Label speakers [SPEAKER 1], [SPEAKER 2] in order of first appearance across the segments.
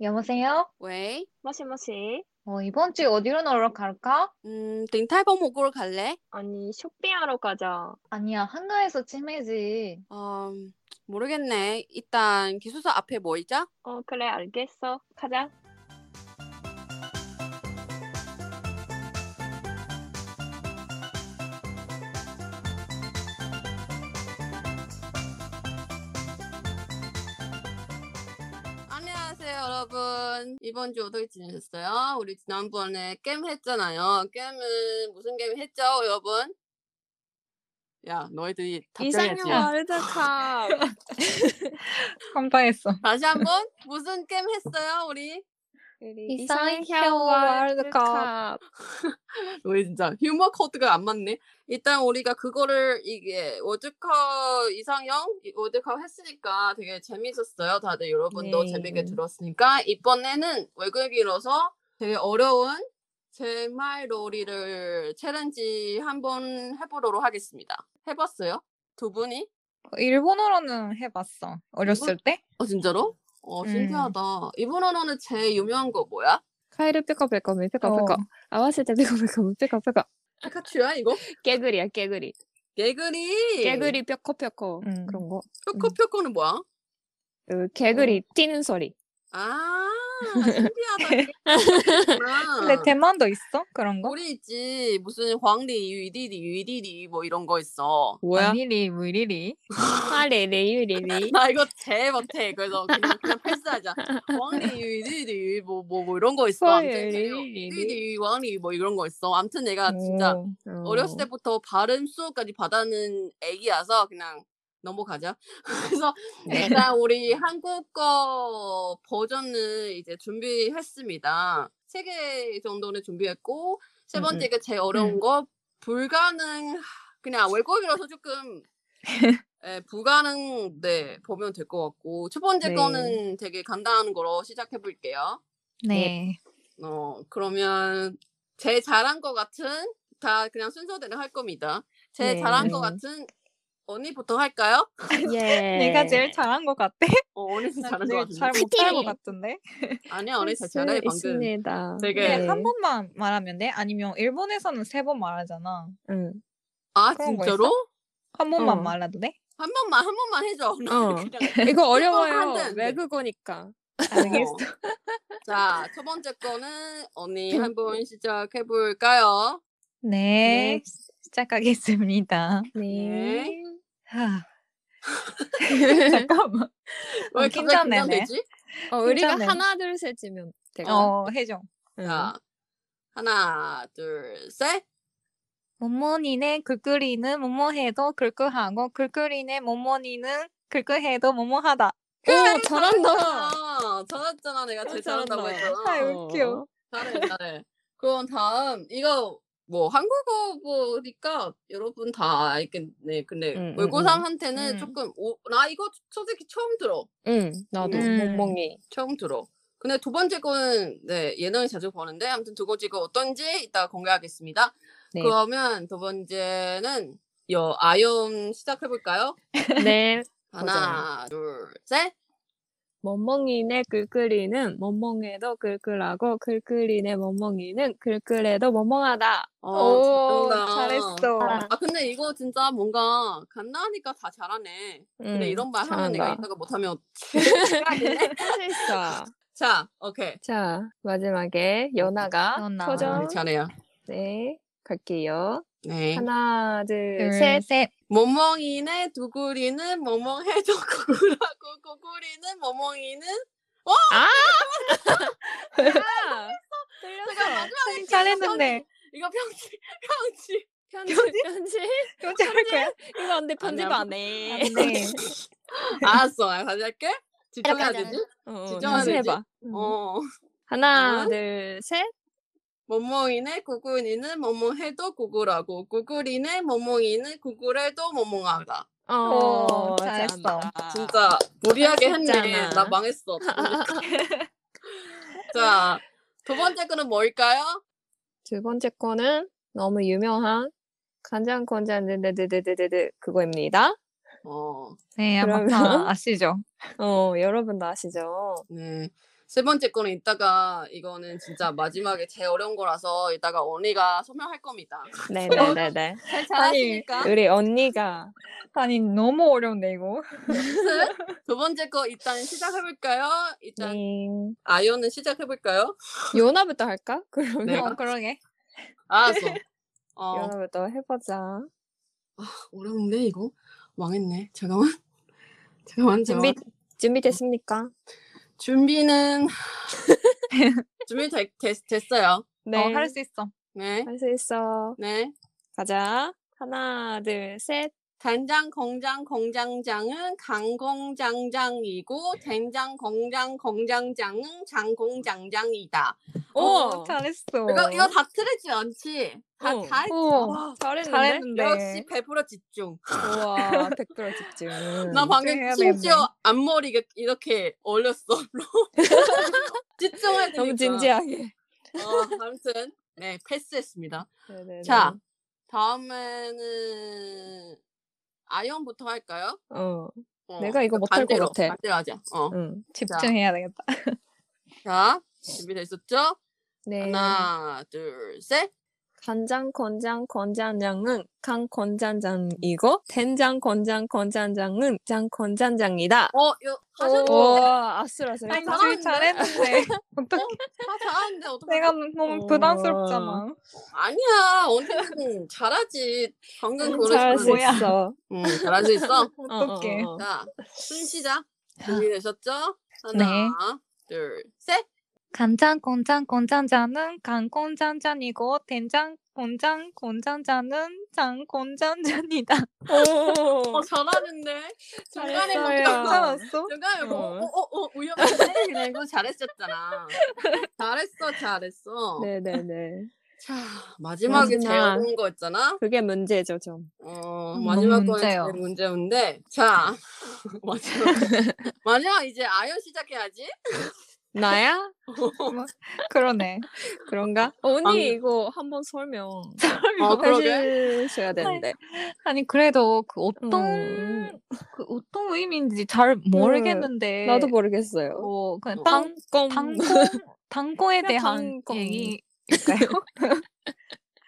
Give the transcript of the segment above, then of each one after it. [SPEAKER 1] 여보세요?
[SPEAKER 2] 왜?
[SPEAKER 3] 뭐시 뭐시?
[SPEAKER 1] 어, 이번 주에 어디로 놀러 갈까?
[SPEAKER 2] 음, 딩탈범 목으로 갈래?
[SPEAKER 3] 아니 쇼핑하러 가자.
[SPEAKER 1] 아니야, 한가해서 치매지.
[SPEAKER 2] 어, 모르겠네. 일단 기숙사 앞에 뭐 모이자.
[SPEAKER 3] 어 그래 알겠어. 가자.
[SPEAKER 2] 안녕하세요, 여러분. 이번 주 어떻게 지내셨어요? 우리 지난번에 게임 했잖아요. 게임은 무슨 게임 했죠, 여러분? 야, 너희들이 답장해야지.
[SPEAKER 3] 이상형 월드컵.
[SPEAKER 1] 깜빡했어.
[SPEAKER 2] 다시 한번 무슨 게임 했어요, 우리?
[SPEAKER 3] 이상형 월드컵.
[SPEAKER 2] 우리 진짜 휴머 코드가 안 맞네. 일단 우리가 그거를 이게 월드컵 이상형 이 월드컵 했으니까 되게 재밌었어요. 다들 여러분도
[SPEAKER 3] 네.
[SPEAKER 2] 재밌게 들었으니까 이번에는 외국인으로서 되게 어려운 제말놀이를 챌린지 한번 해보도록 하겠습니다. 해봤어요? 두 분이?
[SPEAKER 1] 일본어로는 해봤어.
[SPEAKER 2] 어렸을
[SPEAKER 1] 때?
[SPEAKER 2] 어 진짜로? 어
[SPEAKER 1] 음.
[SPEAKER 2] 신기하다. 일본어로는 제일 유명한 거 뭐야?
[SPEAKER 3] カエルペコペコメペコペ
[SPEAKER 1] 어.
[SPEAKER 3] コ。
[SPEAKER 2] 아,
[SPEAKER 3] 合わせてペコペコムペコペコ。
[SPEAKER 2] 피카츄야 이거?
[SPEAKER 3] 개구리야 개구리.
[SPEAKER 2] 개구리.
[SPEAKER 3] 개구리 뼈코 뼈코
[SPEAKER 1] 음.
[SPEAKER 3] 그런 거.
[SPEAKER 2] 표코표코는 뭐야?
[SPEAKER 3] 그 개구리
[SPEAKER 2] 어.
[SPEAKER 3] 뛰는 소리.
[SPEAKER 2] 아, 신기하다.
[SPEAKER 1] 근데 대만도 있어? 그런 거?
[SPEAKER 2] 우리 있지 무슨 황리 유디디 유디디 뭐 이런 거 있어.
[SPEAKER 1] 아니리, 무리리.
[SPEAKER 3] 하레레유레리.
[SPEAKER 2] 나 이거 제일 못해. 그래서 그냥, 그냥 패스하자. 왕리 유디디 뭐 뭐 뭐 이런 거 있어. 아무튼
[SPEAKER 3] 소리,
[SPEAKER 2] 제일
[SPEAKER 3] 유디디.
[SPEAKER 2] 유디디 왕리 뭐 이런 거 있어. 아무튼 내가 진짜
[SPEAKER 1] 오.
[SPEAKER 2] 어렸을 때부터 발음 수업까지 받아는 애기라서 그냥 넘어가자. 그래서
[SPEAKER 1] 네.
[SPEAKER 2] 일단 우리 한국어 버전을 이제 준비했습니다. 세 개 정도는 준비했고 세
[SPEAKER 1] 음,
[SPEAKER 2] 번째가 제일 어려운
[SPEAKER 1] 음.
[SPEAKER 2] 거 불가능 그냥 외국이라서 조금 예, 불가능 네 보면 될 것 같고 첫 번째
[SPEAKER 3] 네.
[SPEAKER 2] 거는 되게 간단한 거로 시작해 볼게요.
[SPEAKER 1] 네.
[SPEAKER 2] 어, 그러면 제 잘한 것 같은 다 그냥 순서대로 할 겁니다. 제
[SPEAKER 3] 네.
[SPEAKER 2] 잘한 것 같은 언니부터 할까요?
[SPEAKER 3] 예.
[SPEAKER 1] 내가 제일 잘한 것 같아.
[SPEAKER 2] 어, 언니 잘한 것
[SPEAKER 1] 내가
[SPEAKER 2] 같은데.
[SPEAKER 1] 잘 못할 것 같은데.
[SPEAKER 2] 아니야, 언니 잘 잘해 방금.
[SPEAKER 3] 있습니다. 예.
[SPEAKER 2] 되게-
[SPEAKER 1] 근데 한 번만 말하면 돼? 아니면 일본에서는 세 번 말하잖아.
[SPEAKER 3] 응.
[SPEAKER 2] 아
[SPEAKER 1] 그런 거
[SPEAKER 2] 진짜로?
[SPEAKER 1] 한 번만
[SPEAKER 3] 어.
[SPEAKER 1] 말라도 돼?
[SPEAKER 2] 한 번만 한 번만 해줘.
[SPEAKER 3] 어.
[SPEAKER 2] 그냥.
[SPEAKER 3] 이거
[SPEAKER 2] 한
[SPEAKER 3] 어려워요.
[SPEAKER 2] 단.
[SPEAKER 3] 외국어니까.
[SPEAKER 1] 알겠어.
[SPEAKER 2] 자, 첫 번째 거는 언니 한 번 시작해 볼까요?
[SPEAKER 1] 네. 시작하겠습니다.
[SPEAKER 2] 네.
[SPEAKER 1] 하. 잠깐만.
[SPEAKER 2] 왜
[SPEAKER 1] 어,
[SPEAKER 2] 갑자기
[SPEAKER 1] 긴장되네.
[SPEAKER 2] 긴장되지?
[SPEAKER 3] 네. 어, 우리가
[SPEAKER 1] 괜찮네.
[SPEAKER 3] 하나 둘 셋이면 되가.
[SPEAKER 1] 어, 해줘.
[SPEAKER 3] 응.
[SPEAKER 2] 자, 하나, 둘, 셋.
[SPEAKER 1] 모모니네 글끌이는 뭐뭐해도 글끌하고 글끌이네 모모니는 글끌해도 뭐뭐하다. 음.
[SPEAKER 3] 오 잘한다.
[SPEAKER 2] 아, 잘했잖아. 내가
[SPEAKER 1] 어,
[SPEAKER 2] 제일
[SPEAKER 3] 잘한다.
[SPEAKER 2] 잘한다고 했잖아.
[SPEAKER 1] 아, 웃겨.
[SPEAKER 2] 잘해 잘해. 그럼 다음 이거 뭐 한국어 보니까 여러분 다 알겠네. 근데
[SPEAKER 3] 응, 응,
[SPEAKER 2] 월고상한테는
[SPEAKER 1] 응.
[SPEAKER 2] 조금 오, 나 이거 솔직히 처음 들어.
[SPEAKER 3] 응 나도
[SPEAKER 1] 음.
[SPEAKER 3] 멍멍이.
[SPEAKER 2] 처음 들어. 근데 두 번째 거는 네 예능을 자주 보는데 아무튼 두 번째 거 어떤지 이따 공개하겠습니다.
[SPEAKER 3] 네.
[SPEAKER 2] 그러면 두 번째는 여 아이언 시작해 볼까요?
[SPEAKER 3] 네.
[SPEAKER 2] 하나 둘 셋.
[SPEAKER 3] 멍멍이네 글글이는 멍멍해도 글글하고 글글이네 멍멍이는 글글해도 멍멍하다.
[SPEAKER 2] 어, 잘한다.
[SPEAKER 3] 아.
[SPEAKER 2] 아 근데 이거 진짜 뭔가 갓나니까 다 잘하네.
[SPEAKER 1] 음.
[SPEAKER 2] 근데 이런 말 하는 애가 있다가 못하면
[SPEAKER 3] 할수 있어.
[SPEAKER 2] 자 오케이
[SPEAKER 3] 자 마지막에 연아가
[SPEAKER 1] 연아.
[SPEAKER 2] 아,
[SPEAKER 3] 표정
[SPEAKER 2] 잘해요
[SPEAKER 3] 네 갈게요.
[SPEAKER 2] 네
[SPEAKER 3] 하나
[SPEAKER 1] 둘,
[SPEAKER 3] 둘셋
[SPEAKER 1] 셋, 셋.
[SPEAKER 2] 멍멍이네 두구리는 멍멍해도 구구라고 구구리는 멍멍이는
[SPEAKER 3] 틀렸어.
[SPEAKER 2] 제가 마지막에
[SPEAKER 1] 음, 잘했는데.
[SPEAKER 2] 이거 편지 편지
[SPEAKER 3] 편집 편집
[SPEAKER 1] 좀 잘할 거야?
[SPEAKER 3] 이거 근데 편집
[SPEAKER 2] 아니야.
[SPEAKER 3] 안 해.
[SPEAKER 1] 네.
[SPEAKER 2] 알았어 아, 다시 할게 집중해야
[SPEAKER 1] 이렇게 음.
[SPEAKER 2] 되지
[SPEAKER 3] 어,
[SPEAKER 2] 진짜
[SPEAKER 3] 다시
[SPEAKER 2] 편집.
[SPEAKER 3] 해봐. 음.
[SPEAKER 2] 어
[SPEAKER 3] 하나
[SPEAKER 2] 응?
[SPEAKER 3] 둘 셋.
[SPEAKER 2] 멍멍이네 구구리는 멍멍해도 구구라고 구구리네 멍멍이는 구구래도 멍멍하다
[SPEAKER 1] 오,
[SPEAKER 3] 어
[SPEAKER 1] 잘했어.
[SPEAKER 3] 잘한다.
[SPEAKER 2] 진짜 무리하게 했네
[SPEAKER 3] 했잖아.
[SPEAKER 2] 나 망했어 자두 번째 거는 뭘까요?
[SPEAKER 3] 두 번째 거는 너무 유명한 간장건장드드드드드드 그거입니다.
[SPEAKER 2] 어,
[SPEAKER 1] 네, 아마
[SPEAKER 3] 그러면-
[SPEAKER 1] 다 아시죠?
[SPEAKER 3] 어 여러분도 아시죠?
[SPEAKER 2] 네. 세 번째 거는 이따가 이거는 진짜 마지막에 제일 어려운 거라서 이따가 언니가 소명할 겁니다.
[SPEAKER 3] 네네네네.
[SPEAKER 2] 잘 잘하시니까. 네.
[SPEAKER 3] 우리 언니가
[SPEAKER 1] 아니 너무 어려운데 이거.
[SPEAKER 2] 두 번째 거 일단 시작해볼까요? 일단
[SPEAKER 3] 음,
[SPEAKER 2] 아이언은 시작해볼까요?
[SPEAKER 3] 요나부터 할까? 그러면
[SPEAKER 2] 네.
[SPEAKER 1] 어 그러게.
[SPEAKER 2] 알았어. 어,
[SPEAKER 3] 요나부터 해보자.
[SPEAKER 2] 어려운데 이거? 망했네. 잠깐만. 잠깐만, 잠깐만.
[SPEAKER 3] 준비 준비됐습니까?
[SPEAKER 2] 준비는 준비 되, 됐, 됐어요.
[SPEAKER 3] 네.
[SPEAKER 1] 어 할 수 있어.
[SPEAKER 2] 네,
[SPEAKER 3] 할 수 있어.
[SPEAKER 2] 네.
[SPEAKER 3] 가자. 하나, 둘, 셋.
[SPEAKER 2] 간장 공장 공장장은
[SPEAKER 3] 네.
[SPEAKER 2] 강공장장이고 된장 공장 공장장은 장공장장이다.
[SPEAKER 3] 오!
[SPEAKER 1] 잘했어.
[SPEAKER 2] 이거 이거 다 틀리지 않지? 다
[SPEAKER 3] 어.
[SPEAKER 2] 다 했지.
[SPEAKER 1] 오,
[SPEAKER 2] 와,
[SPEAKER 3] 잘했는데?
[SPEAKER 1] 잘했는데.
[SPEAKER 2] 역시 베풀어 집중.
[SPEAKER 3] 우와, 백돌 집중.
[SPEAKER 2] 나 방금
[SPEAKER 1] 해야
[SPEAKER 2] 심지어 앞머리 이렇게- 이렇게 올렸어. 집중할
[SPEAKER 3] 너무 진지하게.
[SPEAKER 2] 어, 아무튼 네 패스했습니다.
[SPEAKER 3] 네네네.
[SPEAKER 2] 자. 다음에는 아이언부터 할까요?
[SPEAKER 3] 어,
[SPEAKER 2] 어,
[SPEAKER 3] 내가 이거 못할 것
[SPEAKER 2] 반대로,
[SPEAKER 3] 같아.
[SPEAKER 2] 반대로 하자. 어.
[SPEAKER 3] 응.
[SPEAKER 1] 집중해야 되겠다.
[SPEAKER 2] 자, 준비되셨죠?
[SPEAKER 3] 네.
[SPEAKER 2] 하나, 둘, 셋.
[SPEAKER 3] 간장 건장 건장장은 강 건장장이고 된장 건장 건장장은 장 건장장이다.
[SPEAKER 2] 어, 요 하셨는데
[SPEAKER 3] 우와, 아슬아슬.
[SPEAKER 1] 아니
[SPEAKER 2] 잘하는데?
[SPEAKER 1] 줄 잘했는데. 네, 어떡해.
[SPEAKER 2] 다 잘하는데 어떻게?
[SPEAKER 1] 내가 너무 부담스럽잖아.
[SPEAKER 2] 아니야, 언니는 잘하지. 방금 그걸
[SPEAKER 3] 음, 잘할 수
[SPEAKER 1] 뭐야.
[SPEAKER 3] 있어.
[SPEAKER 2] 응, 음, 잘할 수 있어.
[SPEAKER 1] 어떡해.
[SPEAKER 3] 어, 어, 어.
[SPEAKER 2] 자, 순시작. 준비되셨죠? 하나,
[SPEAKER 1] 네.
[SPEAKER 2] 둘, 셋.
[SPEAKER 1] 간장 곤장 곤장자는 간 곤장잔이고 된장 곤장 곤장자는 장 곤장잔이다.
[SPEAKER 3] 오,
[SPEAKER 2] 어, 잘하는데. 중간에
[SPEAKER 3] 잘했어요.
[SPEAKER 2] 뭔가-
[SPEAKER 1] 괜찮았어?
[SPEAKER 2] 중간에 뭐,
[SPEAKER 3] 어.
[SPEAKER 2] 어, 어, 어, 위험한데? 그냥 이거 잘했었잖아. 잘했어, 잘했어.
[SPEAKER 3] 네네네.
[SPEAKER 2] 자, 마지막에 제일
[SPEAKER 3] 마지막.
[SPEAKER 2] 어려운 거 있잖아.
[SPEAKER 3] 그게 문제죠, 좀.
[SPEAKER 2] 어,
[SPEAKER 1] 음,
[SPEAKER 2] 마지막
[SPEAKER 1] 너무
[SPEAKER 2] 거는 제일
[SPEAKER 1] 문제예요.
[SPEAKER 2] 문제인데 자 마지막 마지막 이제 아연 시작해야지
[SPEAKER 3] 나야?
[SPEAKER 1] 그러네.
[SPEAKER 3] 그런가? 어, 언니
[SPEAKER 2] 방금-
[SPEAKER 3] 이거 한번 설명
[SPEAKER 2] 어, 그러게
[SPEAKER 3] 해주셔야 되는데.
[SPEAKER 1] 아니 그래도 그 어떤
[SPEAKER 3] 음,
[SPEAKER 1] 그 어떤 의미인지 잘 네. 모르겠는데
[SPEAKER 3] 나도 네. 모르겠어요.
[SPEAKER 1] 뭐 그냥
[SPEAKER 2] 어.
[SPEAKER 1] 땅
[SPEAKER 3] 껌.
[SPEAKER 1] 당고 당고에
[SPEAKER 3] 그냥
[SPEAKER 1] 대한
[SPEAKER 3] 당권.
[SPEAKER 1] 얘기일까요?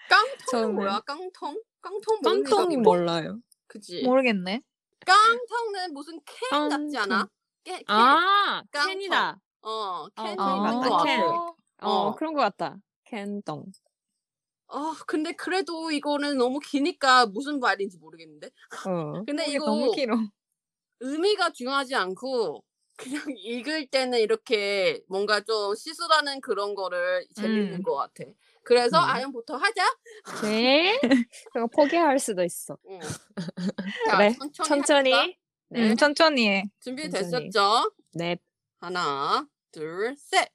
[SPEAKER 2] 깡통은
[SPEAKER 3] 저는-
[SPEAKER 2] 뭐야 깡통 깡통 모르는
[SPEAKER 3] 깡통이
[SPEAKER 2] 사람?
[SPEAKER 3] 몰라요.
[SPEAKER 1] 예.
[SPEAKER 2] 그지
[SPEAKER 1] 모르겠네.
[SPEAKER 2] 깡통은 무슨 캔 같지
[SPEAKER 3] 깡통.
[SPEAKER 2] 않아 캔, 캔.
[SPEAKER 3] 아,
[SPEAKER 2] 깡통.
[SPEAKER 3] 캔이다.
[SPEAKER 2] 어 캔이
[SPEAKER 3] 아,
[SPEAKER 2] 맞는
[SPEAKER 3] 맞다,
[SPEAKER 2] 거
[SPEAKER 3] 캔.
[SPEAKER 2] 같아
[SPEAKER 3] 어,
[SPEAKER 2] 어.
[SPEAKER 3] 그런 것 같다. 캔동.
[SPEAKER 2] 어 근데 그래도 이거는 너무 기니까 무슨 말인지 모르겠는데
[SPEAKER 3] 어.
[SPEAKER 2] 근데
[SPEAKER 1] 이게
[SPEAKER 2] 이거
[SPEAKER 1] 너무 길어.
[SPEAKER 2] 의미가 중요하지 않고 그냥 읽을 때는 이렇게 뭔가 좀 시술하는 그런 거를 재밌는
[SPEAKER 1] 음.
[SPEAKER 2] 것 같아. 그래서
[SPEAKER 3] 음.
[SPEAKER 2] 아연부터 하자.
[SPEAKER 3] 네. 그거 포기할 수도 있어.
[SPEAKER 2] 응.
[SPEAKER 3] 그래,
[SPEAKER 2] 천천히. 합시다.
[SPEAKER 3] 천천히. 네.
[SPEAKER 1] 음, 천천히 해.
[SPEAKER 2] 준비되셨죠?
[SPEAKER 3] 네.
[SPEAKER 2] 하나, 둘, 셋.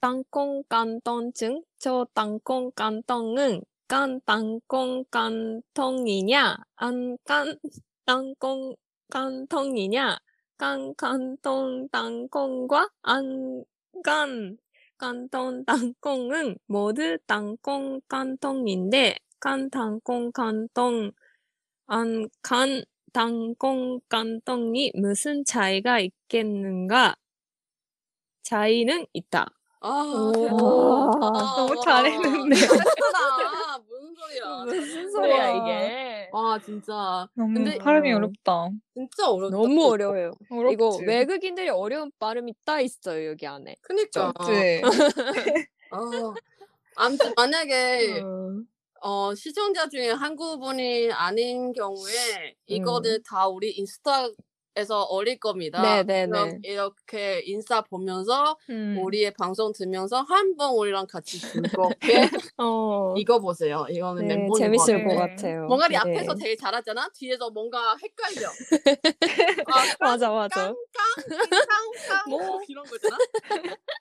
[SPEAKER 3] 땅콩 깐똥증. 저 땅콩 깐똥은 깐 땅콩 깐통이냐? 안깐 땅콩 깐통이냐? 깐 깐통 땅콩과 안깐 깐통 땅콩은 모두 땅콩 깐통인데 깐 땅콩 깐통 안간 땅콩 깐통이 무슨 차이가 있겠는가? 차이는 있다.
[SPEAKER 2] 아,
[SPEAKER 3] 오.
[SPEAKER 2] 대박.
[SPEAKER 3] 와,
[SPEAKER 1] 너무
[SPEAKER 2] 와,
[SPEAKER 1] 잘했는데.
[SPEAKER 2] 잘했구나. 무슨 소리야.
[SPEAKER 3] 무슨
[SPEAKER 1] 소리야,
[SPEAKER 3] 이게?
[SPEAKER 2] 와, 진짜.
[SPEAKER 1] 너무
[SPEAKER 2] 근데-
[SPEAKER 1] 발음이
[SPEAKER 3] 어.
[SPEAKER 1] 어렵다.
[SPEAKER 2] 진짜 어렵다.
[SPEAKER 3] 너무 어려워요.
[SPEAKER 1] 어렵지.
[SPEAKER 3] 이거 외국인들이 어려운 발음이 딱 있어요 여기 안에.
[SPEAKER 2] 그니까.
[SPEAKER 1] 어렵지.
[SPEAKER 2] 어. 아무튼 만약에
[SPEAKER 3] 음.
[SPEAKER 2] 어, 시청자 중에 한국분이 아닌
[SPEAKER 3] 음.
[SPEAKER 2] 경우에 이거는 다 우리 인스타에서 올릴 겁니다.
[SPEAKER 3] 네네네.
[SPEAKER 2] 그럼 이렇게 인스타 보면서
[SPEAKER 1] 음.
[SPEAKER 2] 우리의 방송 들으면서 한번 우리랑 같이 즐겁게
[SPEAKER 3] 어.
[SPEAKER 2] 이거 보세요. 이거는
[SPEAKER 3] 네,
[SPEAKER 2] 멘붕인
[SPEAKER 3] 재밌을
[SPEAKER 2] 것
[SPEAKER 3] 것
[SPEAKER 1] 같아요.
[SPEAKER 3] 같아요.
[SPEAKER 2] 뭔가리
[SPEAKER 3] 네.
[SPEAKER 2] 앞에서 되게 잘하잖아. 뒤에서 뭔가 헷갈려. 아,
[SPEAKER 3] 맞아 맞아.
[SPEAKER 2] 깡깡깡깡
[SPEAKER 3] 뭐.
[SPEAKER 2] 뭐 이런 거잖아.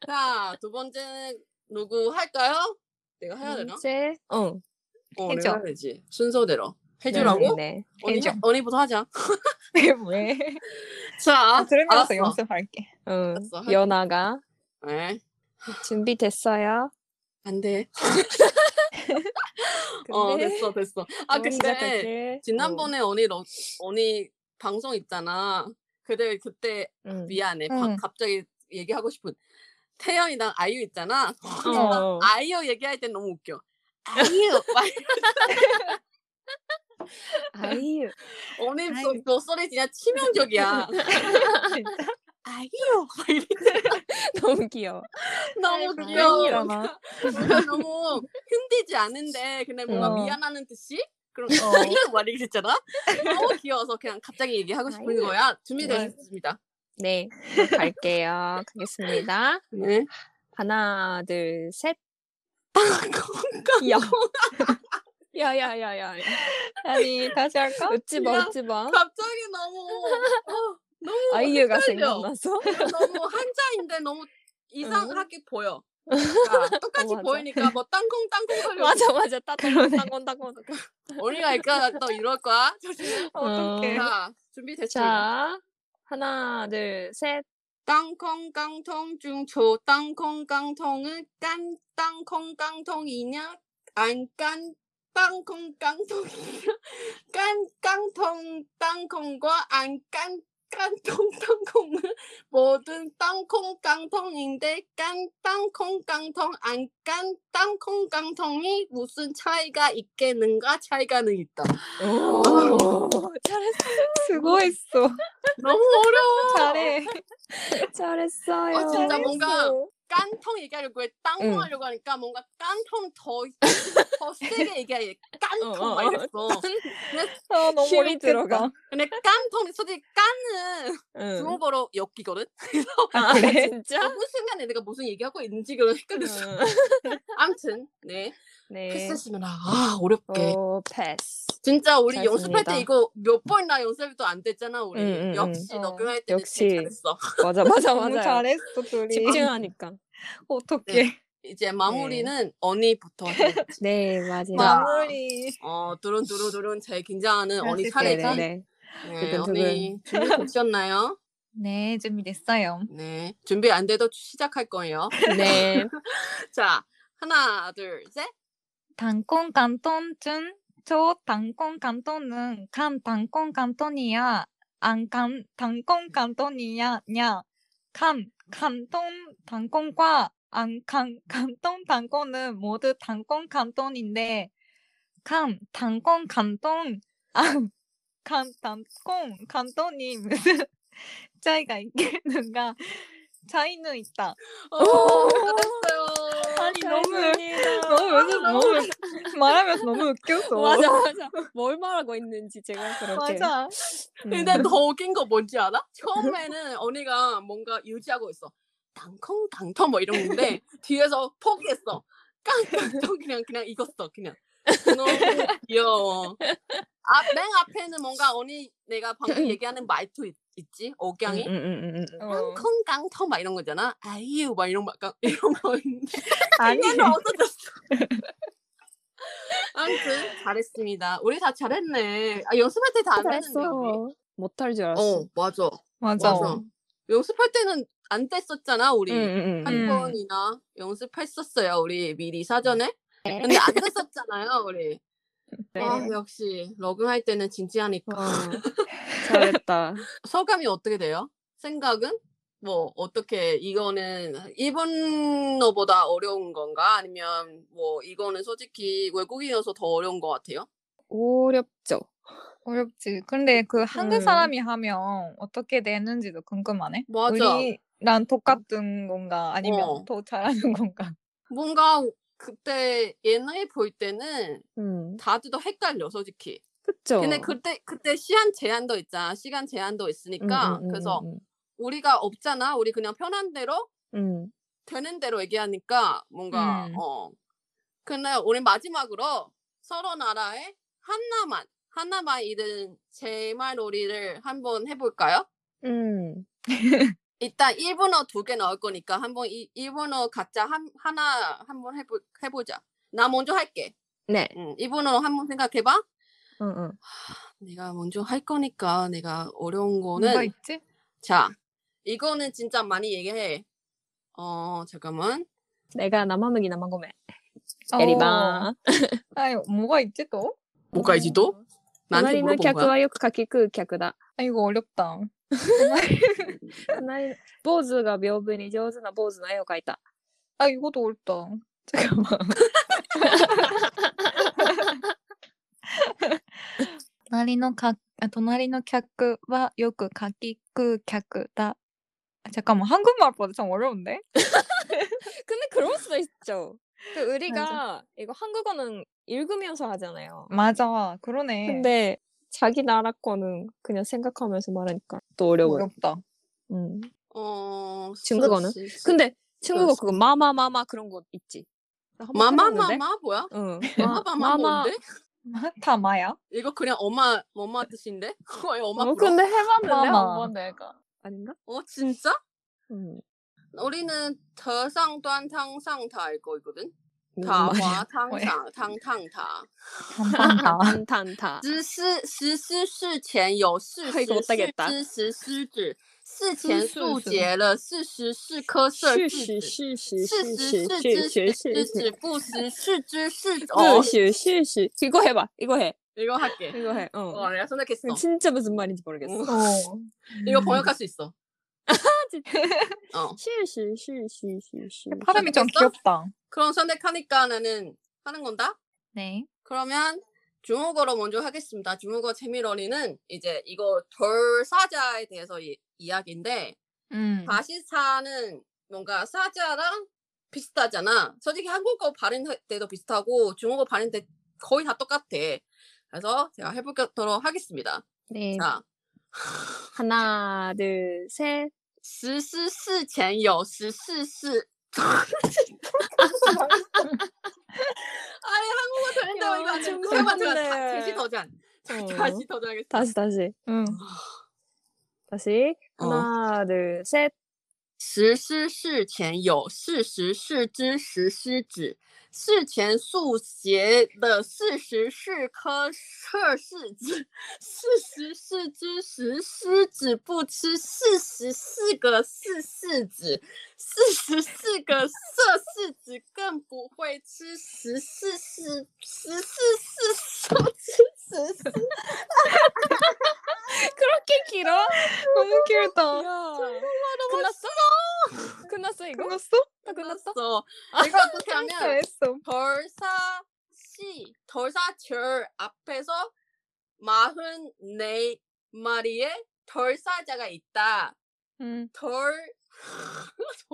[SPEAKER 2] 자, 두 번째는 누구 할까요? 내가 해야 되나?
[SPEAKER 3] 이제 음, 응.
[SPEAKER 2] 어,
[SPEAKER 1] 해줘.
[SPEAKER 2] 내가 해야지. 순서대로. 해주라고?
[SPEAKER 3] 네.
[SPEAKER 2] 언니,
[SPEAKER 1] 해줘.
[SPEAKER 2] 언니부터 하자.
[SPEAKER 1] 왜?
[SPEAKER 2] 자,
[SPEAKER 1] 아, 들으면서
[SPEAKER 2] 아, 알았어.
[SPEAKER 1] 연습할게.
[SPEAKER 3] 네. 응.
[SPEAKER 2] 알았어, 할-
[SPEAKER 3] 연아가
[SPEAKER 2] 네.
[SPEAKER 3] 준비됐어요.
[SPEAKER 2] 안 돼.
[SPEAKER 3] 근데
[SPEAKER 2] 어, 됐어, 됐어. 아,
[SPEAKER 3] 어,
[SPEAKER 2] 근데
[SPEAKER 3] 시작할게.
[SPEAKER 2] 지난번에 언니 러, 언니 방송 있잖아. 그때 그때
[SPEAKER 3] 응. 응. 음.
[SPEAKER 2] 미안해.
[SPEAKER 1] 응.
[SPEAKER 2] 바- 갑자기 얘기하고 싶은 태연이랑 아이유 있잖아.
[SPEAKER 1] 어.
[SPEAKER 2] 아이유 얘기할 땐 너무 웃겨. 아이유 막
[SPEAKER 3] 아이유.
[SPEAKER 2] 오늘
[SPEAKER 1] 아이유.
[SPEAKER 2] 목- 목소리 진짜 치명적이야.
[SPEAKER 1] 진짜?
[SPEAKER 2] 아이유 막 이래.
[SPEAKER 3] 너무 귀여워.
[SPEAKER 2] 너무
[SPEAKER 1] 아이고,
[SPEAKER 2] 귀여워.
[SPEAKER 1] 아이유라나?
[SPEAKER 2] 뭔가 너무 흔들지 않은데 그냥 뭔가
[SPEAKER 1] 어.
[SPEAKER 2] 미안하는 듯이 그런
[SPEAKER 1] 어.
[SPEAKER 2] 아이유 막 이렇게 됐잖아. 너무 귀여워서 그냥 갑자기 얘기하고 싶은
[SPEAKER 3] 아이유.
[SPEAKER 2] 거야. 준비되셨습니다.
[SPEAKER 3] 네, 그럼 갈게요. 가겠습니다.
[SPEAKER 2] 네.
[SPEAKER 3] 하나, 둘, 셋.
[SPEAKER 2] 건강.
[SPEAKER 3] 야. 야야야야.
[SPEAKER 1] 아니 다시 할까?
[SPEAKER 2] 어,
[SPEAKER 3] 웃지 마, 웃지 마.
[SPEAKER 2] 갑자기 너무 어, 너무
[SPEAKER 3] 아이유가
[SPEAKER 2] 헷갈려.
[SPEAKER 3] 생각나서.
[SPEAKER 2] 너무 한자인데 너무 이상하게 보여. 그러니까 똑같이
[SPEAKER 3] 어, 맞아.
[SPEAKER 2] 보이니까 뭐 땅콩 땅콩 하려고.
[SPEAKER 3] 맞아, 맞아. 따뜻한
[SPEAKER 1] 그러네.
[SPEAKER 3] 땅건 땅건.
[SPEAKER 2] 우리가 이까 또 이럴 거야. 조심해.
[SPEAKER 1] 어떡해.
[SPEAKER 2] 자 준비됐죠?
[SPEAKER 3] 자, 하나, 둘, 셋.
[SPEAKER 2] 땅콩 깡통 중초 땅콩 깡통은 깐 땅콩 깡통이냐 안 깐 땅콩 깡통이냐 깐 깡통 땅콩과 안 깐 깡통 땅콩은 모든 땅콩 깡통인데 깐 땅콩 깡통 안 깐 땅콩 깡통이 무슨 차이가 있겠는가 차이가는 있다.
[SPEAKER 3] 오, 잘했어.
[SPEAKER 1] 수고했어.
[SPEAKER 2] 너무 어려워.
[SPEAKER 1] 잘해.
[SPEAKER 3] 잘했어요.
[SPEAKER 2] 어, 진짜 뭔가
[SPEAKER 3] 잘했어.
[SPEAKER 2] 깐통 얘기하려고 해. 땅통
[SPEAKER 3] 응.
[SPEAKER 2] 하려고 하니까 뭔가 깐통 더, 더 세게 얘기해. 깐통
[SPEAKER 3] 어, 어,
[SPEAKER 2] 막
[SPEAKER 3] 어.
[SPEAKER 2] 이랬어.
[SPEAKER 1] 아, 너무
[SPEAKER 3] 힘이
[SPEAKER 1] 어렵겠다.
[SPEAKER 3] 들어가.
[SPEAKER 2] 근데 깐통, 솔직히 깐은
[SPEAKER 3] 응.
[SPEAKER 2] 중국어로 엮이거든?
[SPEAKER 1] 아,
[SPEAKER 3] 아,
[SPEAKER 1] 그래?
[SPEAKER 3] 진짜?
[SPEAKER 2] 어느 순간에 내가 무슨 얘기하고 있는지 그런 헷갈렸어.
[SPEAKER 3] 응.
[SPEAKER 2] 암튼, 네.
[SPEAKER 3] 네.
[SPEAKER 2] 패스시면 아, 어렵게.
[SPEAKER 3] 오, 패스.
[SPEAKER 2] 진짜 우리
[SPEAKER 3] 잘
[SPEAKER 2] 연습할
[SPEAKER 3] 씁니다.
[SPEAKER 2] 때 이거 몇 번이나 연습도 안 됐잖아, 우리.
[SPEAKER 3] 응, 응, 응.
[SPEAKER 2] 역시
[SPEAKER 1] 어,
[SPEAKER 2] 녹음할 때는
[SPEAKER 3] 역시.
[SPEAKER 2] 제일 잘했어.
[SPEAKER 3] 맞아, 맞아,
[SPEAKER 1] 너무
[SPEAKER 3] 맞아.
[SPEAKER 1] 잘했어 둘이.
[SPEAKER 3] 집중하니까.
[SPEAKER 2] 네.
[SPEAKER 1] 어떻게?
[SPEAKER 2] 이제 마무리는 언니부터 해.
[SPEAKER 3] 네, 맞아요.
[SPEAKER 2] 마-
[SPEAKER 1] 마무리.
[SPEAKER 2] 어, 두른두른두른 제일 긴장하는 언니
[SPEAKER 1] 그랬을
[SPEAKER 2] 차례지.
[SPEAKER 1] 때는.
[SPEAKER 2] 네,
[SPEAKER 3] 네. 두근두근.
[SPEAKER 2] 언니 준비되셨나요?
[SPEAKER 1] 네 준비됐어요.
[SPEAKER 2] 네, 준비 안 돼도 시작할 거예요.
[SPEAKER 3] 네.
[SPEAKER 2] 자, 하나, 둘, 셋.
[SPEAKER 1] 단콘 깐톤 준초 단콘 깐톤은 간 단콘 깐톤이야. 안간 단콘 깐톤이야. 냐간 깐톤 단콘과 안간 깐톤 단콘은 모두 단콘 깐톤인데 간 단콘 깐톤 안간 단콘 깐톤이 무슨 차이가 있겠는가? 차이는 있다.
[SPEAKER 2] 오, 잘했어요.
[SPEAKER 1] 아니, 너무-
[SPEAKER 3] 잘했습니다.
[SPEAKER 1] 어, 너무 요즘 너무 말하면서 너무 웃겼어.
[SPEAKER 3] 맞아, 맞아. 뭘 말하고 있는지 제가 그렇게.
[SPEAKER 1] 맞아.
[SPEAKER 3] 음.
[SPEAKER 2] 근데 더 웃긴 거 뭔지 알아? 처음에는 언니가 뭔가 유지하고 있어. 당콩, 당터 뭐 이런 건데 뒤에서 포기했어. 깡깡통 그냥 그냥 익었어 그냥. 너무 귀여워. 앞, 맨 앞에는 뭔가 언니 내가 방금 얘기하는 말투 있, 지
[SPEAKER 3] 음,
[SPEAKER 2] 억양이.
[SPEAKER 3] 음, 음, 음, 음.
[SPEAKER 1] 어.
[SPEAKER 2] 콩 깡터 막 이런 거잖아. 아이유 막 이런 막 깡- 이런 거 있는데
[SPEAKER 1] 아니.
[SPEAKER 2] 이거는 없어졌어. 아무튼 잘했습니다. 우리 다 잘했네. 아, 연습할 때 다 안 되는데 우리.
[SPEAKER 3] 잘했어. 못할 줄 알았어.
[SPEAKER 2] 어 맞아.
[SPEAKER 1] 맞아.
[SPEAKER 2] 맞아. 연습할 때는 안 됐었잖아 우리.
[SPEAKER 3] 음, 음,
[SPEAKER 2] 네.
[SPEAKER 3] 음.
[SPEAKER 2] 한
[SPEAKER 1] 음.
[SPEAKER 2] 번이나 연습했었어요 우리 미리 사전에. 근데 안 됐었잖아요 우리.
[SPEAKER 3] 네.
[SPEAKER 2] 아, 역시 러그할 때는 진지하니까.
[SPEAKER 3] 어. 잘했다.
[SPEAKER 2] 소감이 어떻게 돼요? 생각은? 뭐 어떻게 이거는 일본어보다 어려운 건가? 아니면 뭐 이거는 솔직히 외국인이어서 더 어려운 것 같아요?
[SPEAKER 3] 어렵죠.
[SPEAKER 1] 어렵지. 근데 그 한국
[SPEAKER 3] 음.
[SPEAKER 1] 사람이 하면 어떻게 되는지도 궁금하네.
[SPEAKER 2] 맞아.
[SPEAKER 1] 우리랑 똑같은 건가 아니면
[SPEAKER 2] 어.
[SPEAKER 1] 더 잘하는 건가?
[SPEAKER 2] 뭔가 그때 예능에 볼 때는
[SPEAKER 3] 음.
[SPEAKER 2] 다들 더 헷갈려 솔직히.
[SPEAKER 3] 그쵸.
[SPEAKER 2] 근데 그때 그때 시간 제한도 있잖아. 시간 제한도 있으니까
[SPEAKER 3] 음, 음, 음,
[SPEAKER 2] 그러니까 그래서
[SPEAKER 3] 음,
[SPEAKER 2] 우리가 없잖아. 우리 그냥 편한 대로
[SPEAKER 3] 음.
[SPEAKER 2] 되는 대로 얘기하니까 뭔가
[SPEAKER 1] 음.
[SPEAKER 2] 어 근데 우리 마지막으로 서로 나라의 하나만 하나만 잃은 제말놀이를 한번 해볼까요?
[SPEAKER 3] 음.
[SPEAKER 2] 일단 일본어 두 개 나올 거니까 한번 이, 일본어 각자 한, 하나 한번 해보, 해보자. 나 먼저 할게.
[SPEAKER 3] 네.
[SPEAKER 2] 응, 일본어 음, 한번 생각해봐.
[SPEAKER 3] 응, 응.
[SPEAKER 2] 내가 먼저 할 거니까 내가 어려운
[SPEAKER 1] 뭐가
[SPEAKER 2] 거는
[SPEAKER 1] 있지?
[SPEAKER 2] 자 이거는 진짜 많이 얘기해. 어 잠깐만.
[SPEAKER 3] 내가 남한맥이 남한고메.
[SPEAKER 1] 어.
[SPEAKER 3] 에리바.
[SPEAKER 1] 아유 뭐가 있지 또?
[SPEAKER 2] 뭐가 있지 또? 나한테
[SPEAKER 3] 隣の
[SPEAKER 2] 물어본 거야.
[SPEAKER 3] 그 客はよくかき食う客だ。
[SPEAKER 1] 아 이거 어렵다.
[SPEAKER 4] 隣坊主が屏風に上手な坊主の絵を描いた。
[SPEAKER 1] 아 이것도 어렵다. 잠깐만. 나리노 각, 아, 도나리노 객과 요구 각기구 객다. 아, 잠깐만 한국말 보다 참 어려운데?
[SPEAKER 3] 근데 그럴 수도 있죠. 그 우리가 이거 한국어는 읽으면서 하잖아요.
[SPEAKER 1] 맞아, 그러네.
[SPEAKER 3] 근데 자기 나라 거는 그냥 생각하면서 말하니까 또 어려워요.
[SPEAKER 1] 어렵다.
[SPEAKER 3] 음.
[SPEAKER 2] 어
[SPEAKER 3] 중국어는? 근데 중국어
[SPEAKER 2] 그렇지.
[SPEAKER 3] 그거 마마마마 그런 거 있지. 나 한번 해봤는데?
[SPEAKER 2] 마마마마 뭐야?
[SPEAKER 3] 응.
[SPEAKER 2] 마마마 뭔데?
[SPEAKER 1] 마타 마야?
[SPEAKER 2] 이거 그냥 엄마 엄마 뜻인데? 거의 엄마
[SPEAKER 4] 어,
[SPEAKER 2] 불어?
[SPEAKER 4] 근데 해봤는데
[SPEAKER 1] 마마.
[SPEAKER 4] 한번
[SPEAKER 2] 네.
[SPEAKER 4] 내가.
[SPEAKER 3] 뭐 아닌가?
[SPEAKER 2] 어 진짜?
[SPEAKER 3] 응.
[SPEAKER 2] 우리는 더상端汤上다 알고 있거든.
[SPEAKER 3] 음.
[SPEAKER 2] 다화탕탕탕탕타.
[SPEAKER 1] 반반다.
[SPEAKER 3] 단탄타.
[SPEAKER 2] 实施实施事前有事
[SPEAKER 3] 太
[SPEAKER 2] 实
[SPEAKER 3] 狗带给
[SPEAKER 2] 是
[SPEAKER 3] 打
[SPEAKER 2] 知实施止，事
[SPEAKER 1] 知
[SPEAKER 2] 前
[SPEAKER 1] 事
[SPEAKER 2] 速
[SPEAKER 1] 是
[SPEAKER 2] 结了，事实是科社制
[SPEAKER 3] 事
[SPEAKER 2] 止，
[SPEAKER 3] 实
[SPEAKER 2] 事
[SPEAKER 3] 事
[SPEAKER 2] 实是
[SPEAKER 3] 实事
[SPEAKER 2] 知
[SPEAKER 3] 实事
[SPEAKER 2] 实
[SPEAKER 3] 实
[SPEAKER 2] 是止
[SPEAKER 3] 事
[SPEAKER 2] 不实是知是哦
[SPEAKER 3] 어. 。 실시 이거 해봐 이거 해
[SPEAKER 2] 이거할게
[SPEAKER 3] 이거 해 어.
[SPEAKER 2] 와 내가 선택했어.
[SPEAKER 3] 진짜 무슨 말인지 모르겠어
[SPEAKER 2] 응.
[SPEAKER 1] 어.
[SPEAKER 2] 이거 번역할 수 있어.
[SPEAKER 3] 진짜.
[SPEAKER 2] 어.
[SPEAKER 3] 실시 실시 실시
[SPEAKER 1] 발음이 좀
[SPEAKER 2] 선택했어?
[SPEAKER 1] 귀엽다.
[SPEAKER 2] 그럼 선택하니까 나는 하는 건다.
[SPEAKER 1] 네.
[SPEAKER 2] 그러면 중국어로 먼저 하겠습니다. 중국어 재미러리는 이제 이거 덜 사자에 대해서 이, 이야기인데
[SPEAKER 1] 음.
[SPEAKER 2] 아, 바시사는 뭔가 사자랑 비슷하잖아. 솔직히 한국어 발음 때도 비슷하고 중국어 발음 때 거의 다 똑같아. 그래서 제가 해보도록 하겠습니다.
[SPEAKER 4] 네.
[SPEAKER 2] 자,
[SPEAKER 3] 하나 둘셋
[SPEAKER 2] 实施事前有实施事 아니 한국어 잘한다고 이거
[SPEAKER 3] 야,
[SPEAKER 2] 안 돼.
[SPEAKER 3] 중국
[SPEAKER 2] 잠깐만 잠깐만
[SPEAKER 3] 같은데.
[SPEAKER 2] 다시 도전.
[SPEAKER 3] 어.
[SPEAKER 2] 다시 도전하겠습니다.
[SPEAKER 3] 다시 다시
[SPEAKER 1] 음.
[SPEAKER 2] 아,
[SPEAKER 3] 다시
[SPEAKER 2] 어.
[SPEAKER 3] 하나 둘셋
[SPEAKER 2] 实施事前有事实是知实施止，事前速写的事实是科测试止， 事实是知实施止不吃事实四个事事止，四十四个摄氏子更不会吃十四四十四四 手吃十四
[SPEAKER 3] 그렇게 길어
[SPEAKER 1] 너무
[SPEAKER 2] 어.
[SPEAKER 1] 귀엽다.
[SPEAKER 3] 야 끝났어 끝났어 이거
[SPEAKER 1] 끝났어?
[SPEAKER 3] 다 끝났어
[SPEAKER 2] 어 이거 어떻게 하면 음,
[SPEAKER 1] 잘했어.
[SPEAKER 2] 덜사 시 덜사 절 앞에서 마흔 네 마리의 덜사자가 있다.
[SPEAKER 1] 음.
[SPEAKER 2] 덜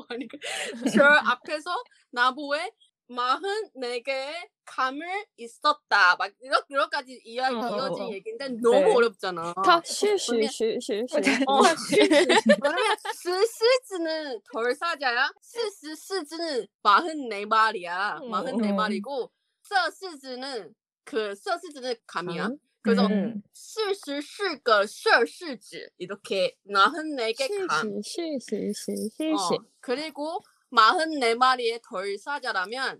[SPEAKER 2] 아니까 절 앞에서 나무에 마흔 네 개의 감을 있었다. 막 이렇 이렇까지 이야
[SPEAKER 3] 어, 어,
[SPEAKER 2] 이어진
[SPEAKER 3] 어.
[SPEAKER 2] 얘기인데 너무
[SPEAKER 3] 네.
[SPEAKER 2] 어렵잖아.
[SPEAKER 3] 다 실시 실시 실시
[SPEAKER 2] 어, 그러면 스스즈는 덜 사자야.
[SPEAKER 3] 네.
[SPEAKER 2] 스스스즈는 마흔 네 마리야. 마흔 네
[SPEAKER 3] 어.
[SPEAKER 1] 음.
[SPEAKER 2] 마리고 서스즈는 그 서스즈는 감이야. 그래서
[SPEAKER 1] 음.
[SPEAKER 2] 스스스가 서스즈 이렇게 마흔 네개 감.
[SPEAKER 3] 실시 실시 실시
[SPEAKER 2] 어, 그리고 마흔 네 마리의 덜 사자라면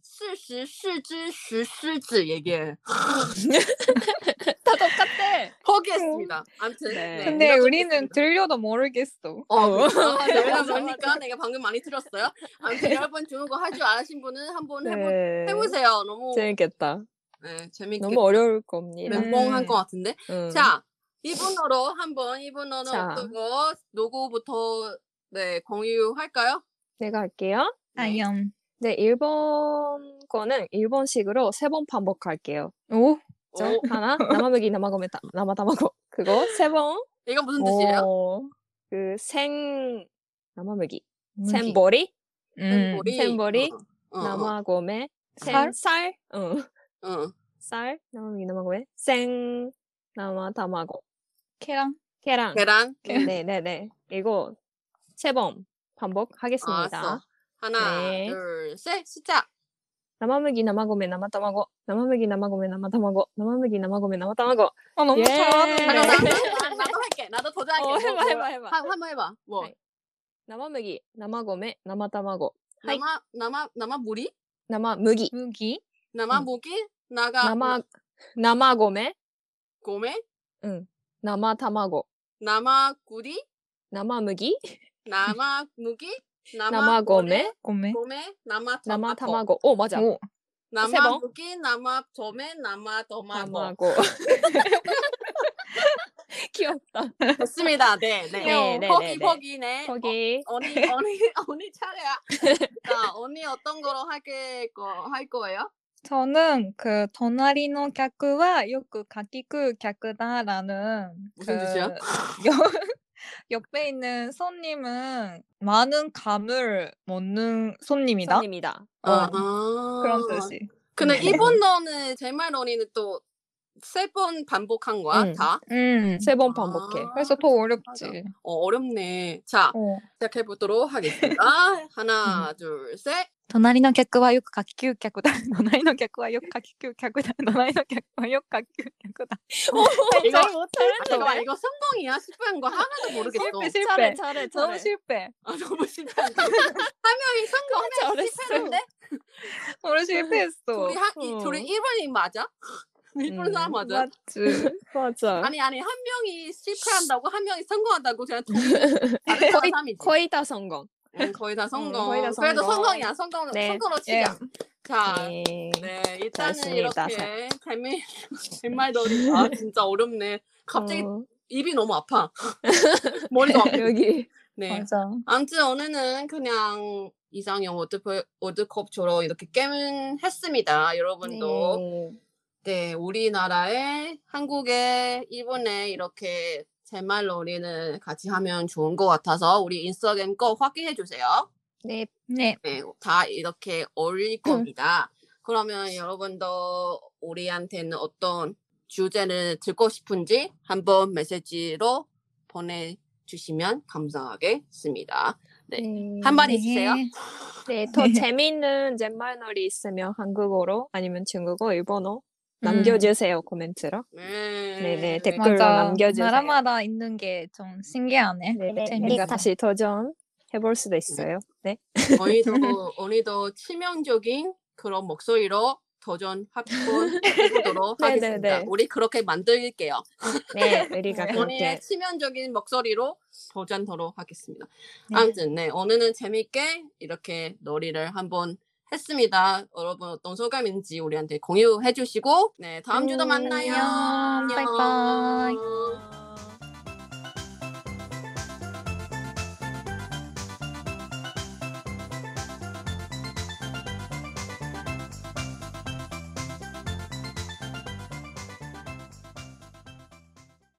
[SPEAKER 2] 스스스즈 스스즈 얘기해.
[SPEAKER 3] 음. 다 똑같대
[SPEAKER 2] 포기했습니다. 아무튼
[SPEAKER 3] 네.
[SPEAKER 2] 네,
[SPEAKER 1] 근데
[SPEAKER 2] 이렇게
[SPEAKER 1] 우리는
[SPEAKER 2] 됐습니다.
[SPEAKER 1] 들려도 모르겠어.
[SPEAKER 2] 어,
[SPEAKER 3] 어.
[SPEAKER 2] 그렇죠.
[SPEAKER 3] 맞아,
[SPEAKER 2] 내가
[SPEAKER 3] 맞아,
[SPEAKER 2] 보니까 내가 방금 많이 들었어요. 아무튼 여러분 중국어 할 줄 아신 분은 한번 해보,
[SPEAKER 3] 네.
[SPEAKER 2] 해보세요. 너무
[SPEAKER 3] 재밌겠다
[SPEAKER 2] 네, 재밌게
[SPEAKER 3] 너무 어려울 겁니다 음.
[SPEAKER 2] 멘붕한 것 같은데.
[SPEAKER 3] 응.
[SPEAKER 2] 자, 일본어로 한번 일본어는
[SPEAKER 3] 자.
[SPEAKER 2] 어떠고 누구부터 네 공유할까요?
[SPEAKER 3] 내가 할게요
[SPEAKER 2] 네.
[SPEAKER 1] 아연.
[SPEAKER 3] 네 일본 거는 일본식으로 세 번 반복할게요
[SPEAKER 1] 오.
[SPEAKER 2] 오,
[SPEAKER 3] 자, 하나 남아메기 남아고메 남아다마고 그거 세번그 어. 그
[SPEAKER 2] 이건 무슨 뜻이에요?
[SPEAKER 3] 생 남아메기
[SPEAKER 1] 무기.
[SPEAKER 3] 센보리
[SPEAKER 1] 음.
[SPEAKER 3] 샘머리?
[SPEAKER 2] 어, 어,
[SPEAKER 3] 남아고메
[SPEAKER 1] 살?
[SPEAKER 3] 센쌀 응
[SPEAKER 2] 어, 어.
[SPEAKER 3] 쌀, 남아미 남아고에 생, 남아 담아고
[SPEAKER 1] 캐랑.
[SPEAKER 3] 계란.
[SPEAKER 2] 계란.
[SPEAKER 3] 네, 네, 네. 이거 세 번 반복하겠습니다.
[SPEAKER 2] 알았어. 하나,
[SPEAKER 3] 네.
[SPEAKER 2] 둘, 셋, 시작.
[SPEAKER 3] 남아메기 남아고메 남아 담아고 남아메기 남아고메 남아 담아고 남아메기 남아고메 남아 담아고.
[SPEAKER 1] 아 너무
[SPEAKER 3] 예.
[SPEAKER 2] 나,
[SPEAKER 1] 잘하는데.
[SPEAKER 3] 네.
[SPEAKER 2] 나도, 나도, 나도 할게. 나도 도전할게.
[SPEAKER 3] 어,
[SPEAKER 2] 뭐,
[SPEAKER 3] 해봐,
[SPEAKER 2] 뭐,
[SPEAKER 3] 해봐, 해봐.
[SPEAKER 2] 한- 한번 해봐. 뭐?
[SPEAKER 3] 네. 남아메기 남아고메 남아 담아고 하이.
[SPEAKER 2] 남아 남아 남아 무리
[SPEAKER 3] 남아 무기
[SPEAKER 1] 무기.
[SPEAKER 2] 남아
[SPEAKER 3] 응.
[SPEAKER 2] 무기 나가
[SPEAKER 3] 남아 남아고메
[SPEAKER 2] 고메
[SPEAKER 3] 남아 담아고
[SPEAKER 2] 남아 구리
[SPEAKER 3] 남아 무기
[SPEAKER 2] 남아 무기
[SPEAKER 3] 남아 고메
[SPEAKER 1] 고메.
[SPEAKER 2] 고메 남아
[SPEAKER 3] 남아
[SPEAKER 2] 토마토,
[SPEAKER 3] 담아고. 오 맞아.
[SPEAKER 1] 오.
[SPEAKER 3] 세
[SPEAKER 2] 남아
[SPEAKER 3] 번.
[SPEAKER 2] 무기 남아 도메 남아 도마고
[SPEAKER 3] 담아고. 귀엽다.
[SPEAKER 2] 됐습니다. 네, 네.
[SPEAKER 3] 네, 네,
[SPEAKER 2] 포기,
[SPEAKER 3] 네, 네.
[SPEAKER 2] 포기네.
[SPEAKER 3] 거기.
[SPEAKER 2] 어, 언니, 언니, 언니 차례야. 자, 언니 어떤 거로 할게, 거, 할 거예요?
[SPEAKER 1] 저는 그 도나리노 객와 요크 가키쿠 객다라는 그
[SPEAKER 2] 무슨 뜻이야?
[SPEAKER 1] 옆- 옆에 있는 손님은 많은 감을 먹는 손님이다.
[SPEAKER 3] 손님이다.
[SPEAKER 1] 어,
[SPEAKER 2] 아.
[SPEAKER 1] 그런 뜻이.
[SPEAKER 2] 근데
[SPEAKER 1] 음.
[SPEAKER 2] 일본어는 제말 언니는 또 세 번 반복한 거야,
[SPEAKER 3] 음.
[SPEAKER 2] 다?
[SPEAKER 1] 음.
[SPEAKER 3] 세 번 반복해.
[SPEAKER 2] 아,
[SPEAKER 1] 그래서 더 어렵지.
[SPEAKER 2] 어, 어렵네. 자,
[SPEAKER 1] 어.
[SPEAKER 2] 시작해 보도록 하겠습니다.
[SPEAKER 3] 음.
[SPEAKER 2] 하나, 둘, 셋.
[SPEAKER 1] 隣の客はよく書き給客だ。隣の客はよく書き給客だ。隣の客はよく書き給客だ。
[SPEAKER 2] 아, 이거
[SPEAKER 3] 잘
[SPEAKER 2] 잠깐만,
[SPEAKER 3] 못하는데.
[SPEAKER 2] 이거 성공이야? 실패한 거 하나도 모르겠어.
[SPEAKER 1] 실패,
[SPEAKER 3] 잘해
[SPEAKER 1] 실패.
[SPEAKER 3] 잘해 잘해.
[SPEAKER 1] 너무 실패.
[SPEAKER 2] 아, 너무 신기하다. 한 명이 성공하면
[SPEAKER 3] 잘했어.
[SPEAKER 2] 실패인데
[SPEAKER 1] 오늘 실패했어.
[SPEAKER 2] 둘이 한, 이-
[SPEAKER 3] 어.
[SPEAKER 2] 둘이 일본인 맞아? 일본 사람
[SPEAKER 3] 음,
[SPEAKER 2] 맞아?
[SPEAKER 1] 맞지.
[SPEAKER 3] 맞아.
[SPEAKER 2] 아니 아니 한 명이 실패한다고 한 명이 성공한다고 그냥 둘이 다른
[SPEAKER 3] 거의-
[SPEAKER 2] 사람이지.
[SPEAKER 3] 거의 다 성공.
[SPEAKER 2] 응, 거의 다 성공.
[SPEAKER 3] 거의 다
[SPEAKER 2] 그래도
[SPEAKER 3] 성공.
[SPEAKER 2] 성공이야. 성공
[SPEAKER 3] 네.
[SPEAKER 2] 성공으로
[SPEAKER 1] 예.
[SPEAKER 2] 치자. 자,
[SPEAKER 3] 네.
[SPEAKER 2] 네 일단은
[SPEAKER 3] 잘했습니다.
[SPEAKER 2] 이렇게 재미 재말더니 아 진짜 어렵네. 갑자기
[SPEAKER 3] 어,
[SPEAKER 2] 입이 너무 아파. 머리도 아파.
[SPEAKER 3] 여기.
[SPEAKER 2] 네.
[SPEAKER 1] 맞아.
[SPEAKER 2] 아무튼 오늘은 그냥 이상형 월드컵, 월드컵처럼 이렇게 게임을 했습니다. 여러분도 네, 우리나라에 한국에 일본에 이렇게 제말놀이는 같이 하면 좋은 것 같아서 우리 인스타그램 거 확인해 주세요.
[SPEAKER 3] 네.
[SPEAKER 1] 네.
[SPEAKER 2] 네, 다 이렇게 올릴 겁니다. 그러면 여러분도 우리한테는 어떤 주제를 듣고 싶은지 한번 메시지로 보내주시면 감사하겠습니다.
[SPEAKER 3] 네.
[SPEAKER 2] 한마디 해주세요.
[SPEAKER 1] 네.
[SPEAKER 3] 네, 더 재미있는 잼말놀이 있으면 한국어로 아니면 중국어, 일본어 남겨주세요 코멘트로.
[SPEAKER 2] 네,
[SPEAKER 3] 네네, 댓글. 댓글로
[SPEAKER 1] 음, 맞아.
[SPEAKER 3] 남겨주세요.
[SPEAKER 1] 나라마다 있는 게 좀 신기하네.
[SPEAKER 3] 네,
[SPEAKER 1] 재밌다.
[SPEAKER 3] 제가 다시 도전 해볼 수도 있어요. 네,
[SPEAKER 2] 오늘도 오늘도 치명적인 그런 목소리로 도전 합본 해보도록
[SPEAKER 3] 네, 네,
[SPEAKER 2] 하겠습니다.
[SPEAKER 3] 네.
[SPEAKER 2] 우리 그렇게 만들게요.
[SPEAKER 3] 네, 우리가 그렇게
[SPEAKER 2] 본인의 치명적인 목소리로 도전하도록 하겠습니다.
[SPEAKER 1] 네.
[SPEAKER 2] 아무튼 네 오늘은 재밌게 이렇게 놀이를 한번 했습니다. 여러분 어떤 소감인지 우리한테 공유해 주시고 네 다음 주도 만나요.
[SPEAKER 1] 안녕. 바이바이.
[SPEAKER 2] 안녕.